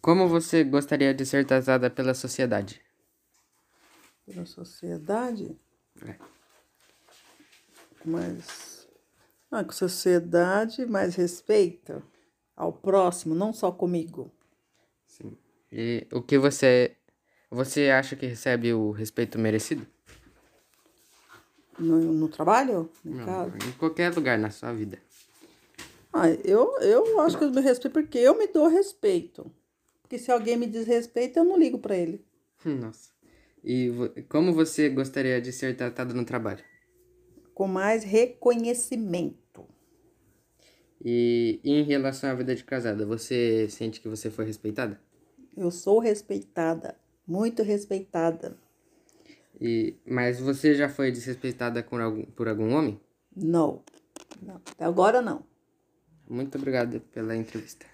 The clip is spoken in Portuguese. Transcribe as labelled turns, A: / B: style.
A: Como você gostaria de ser tratada pela sociedade?
B: Pela sociedade?
A: É.
B: Mas. Ah, com sociedade, mais respeito ao próximo, não só comigo.
A: Sim. E o que você você acha que recebe o respeito merecido?
B: No, no trabalho? No caso.
A: em qualquer lugar na sua vida.
B: Ah, eu, eu acho que eu me respeito porque eu me dou respeito. Porque se alguém me desrespeita, eu não ligo pra ele.
A: Nossa. E vo- como você gostaria de ser tratado no trabalho?
B: Com mais reconhecimento.
A: E em relação à vida de casada, você sente que você foi respeitada?
B: Eu sou respeitada, muito respeitada.
A: E mas você já foi desrespeitada por algum, por algum homem?
B: Não. não. Até agora não.
A: Muito obrigado pela entrevista.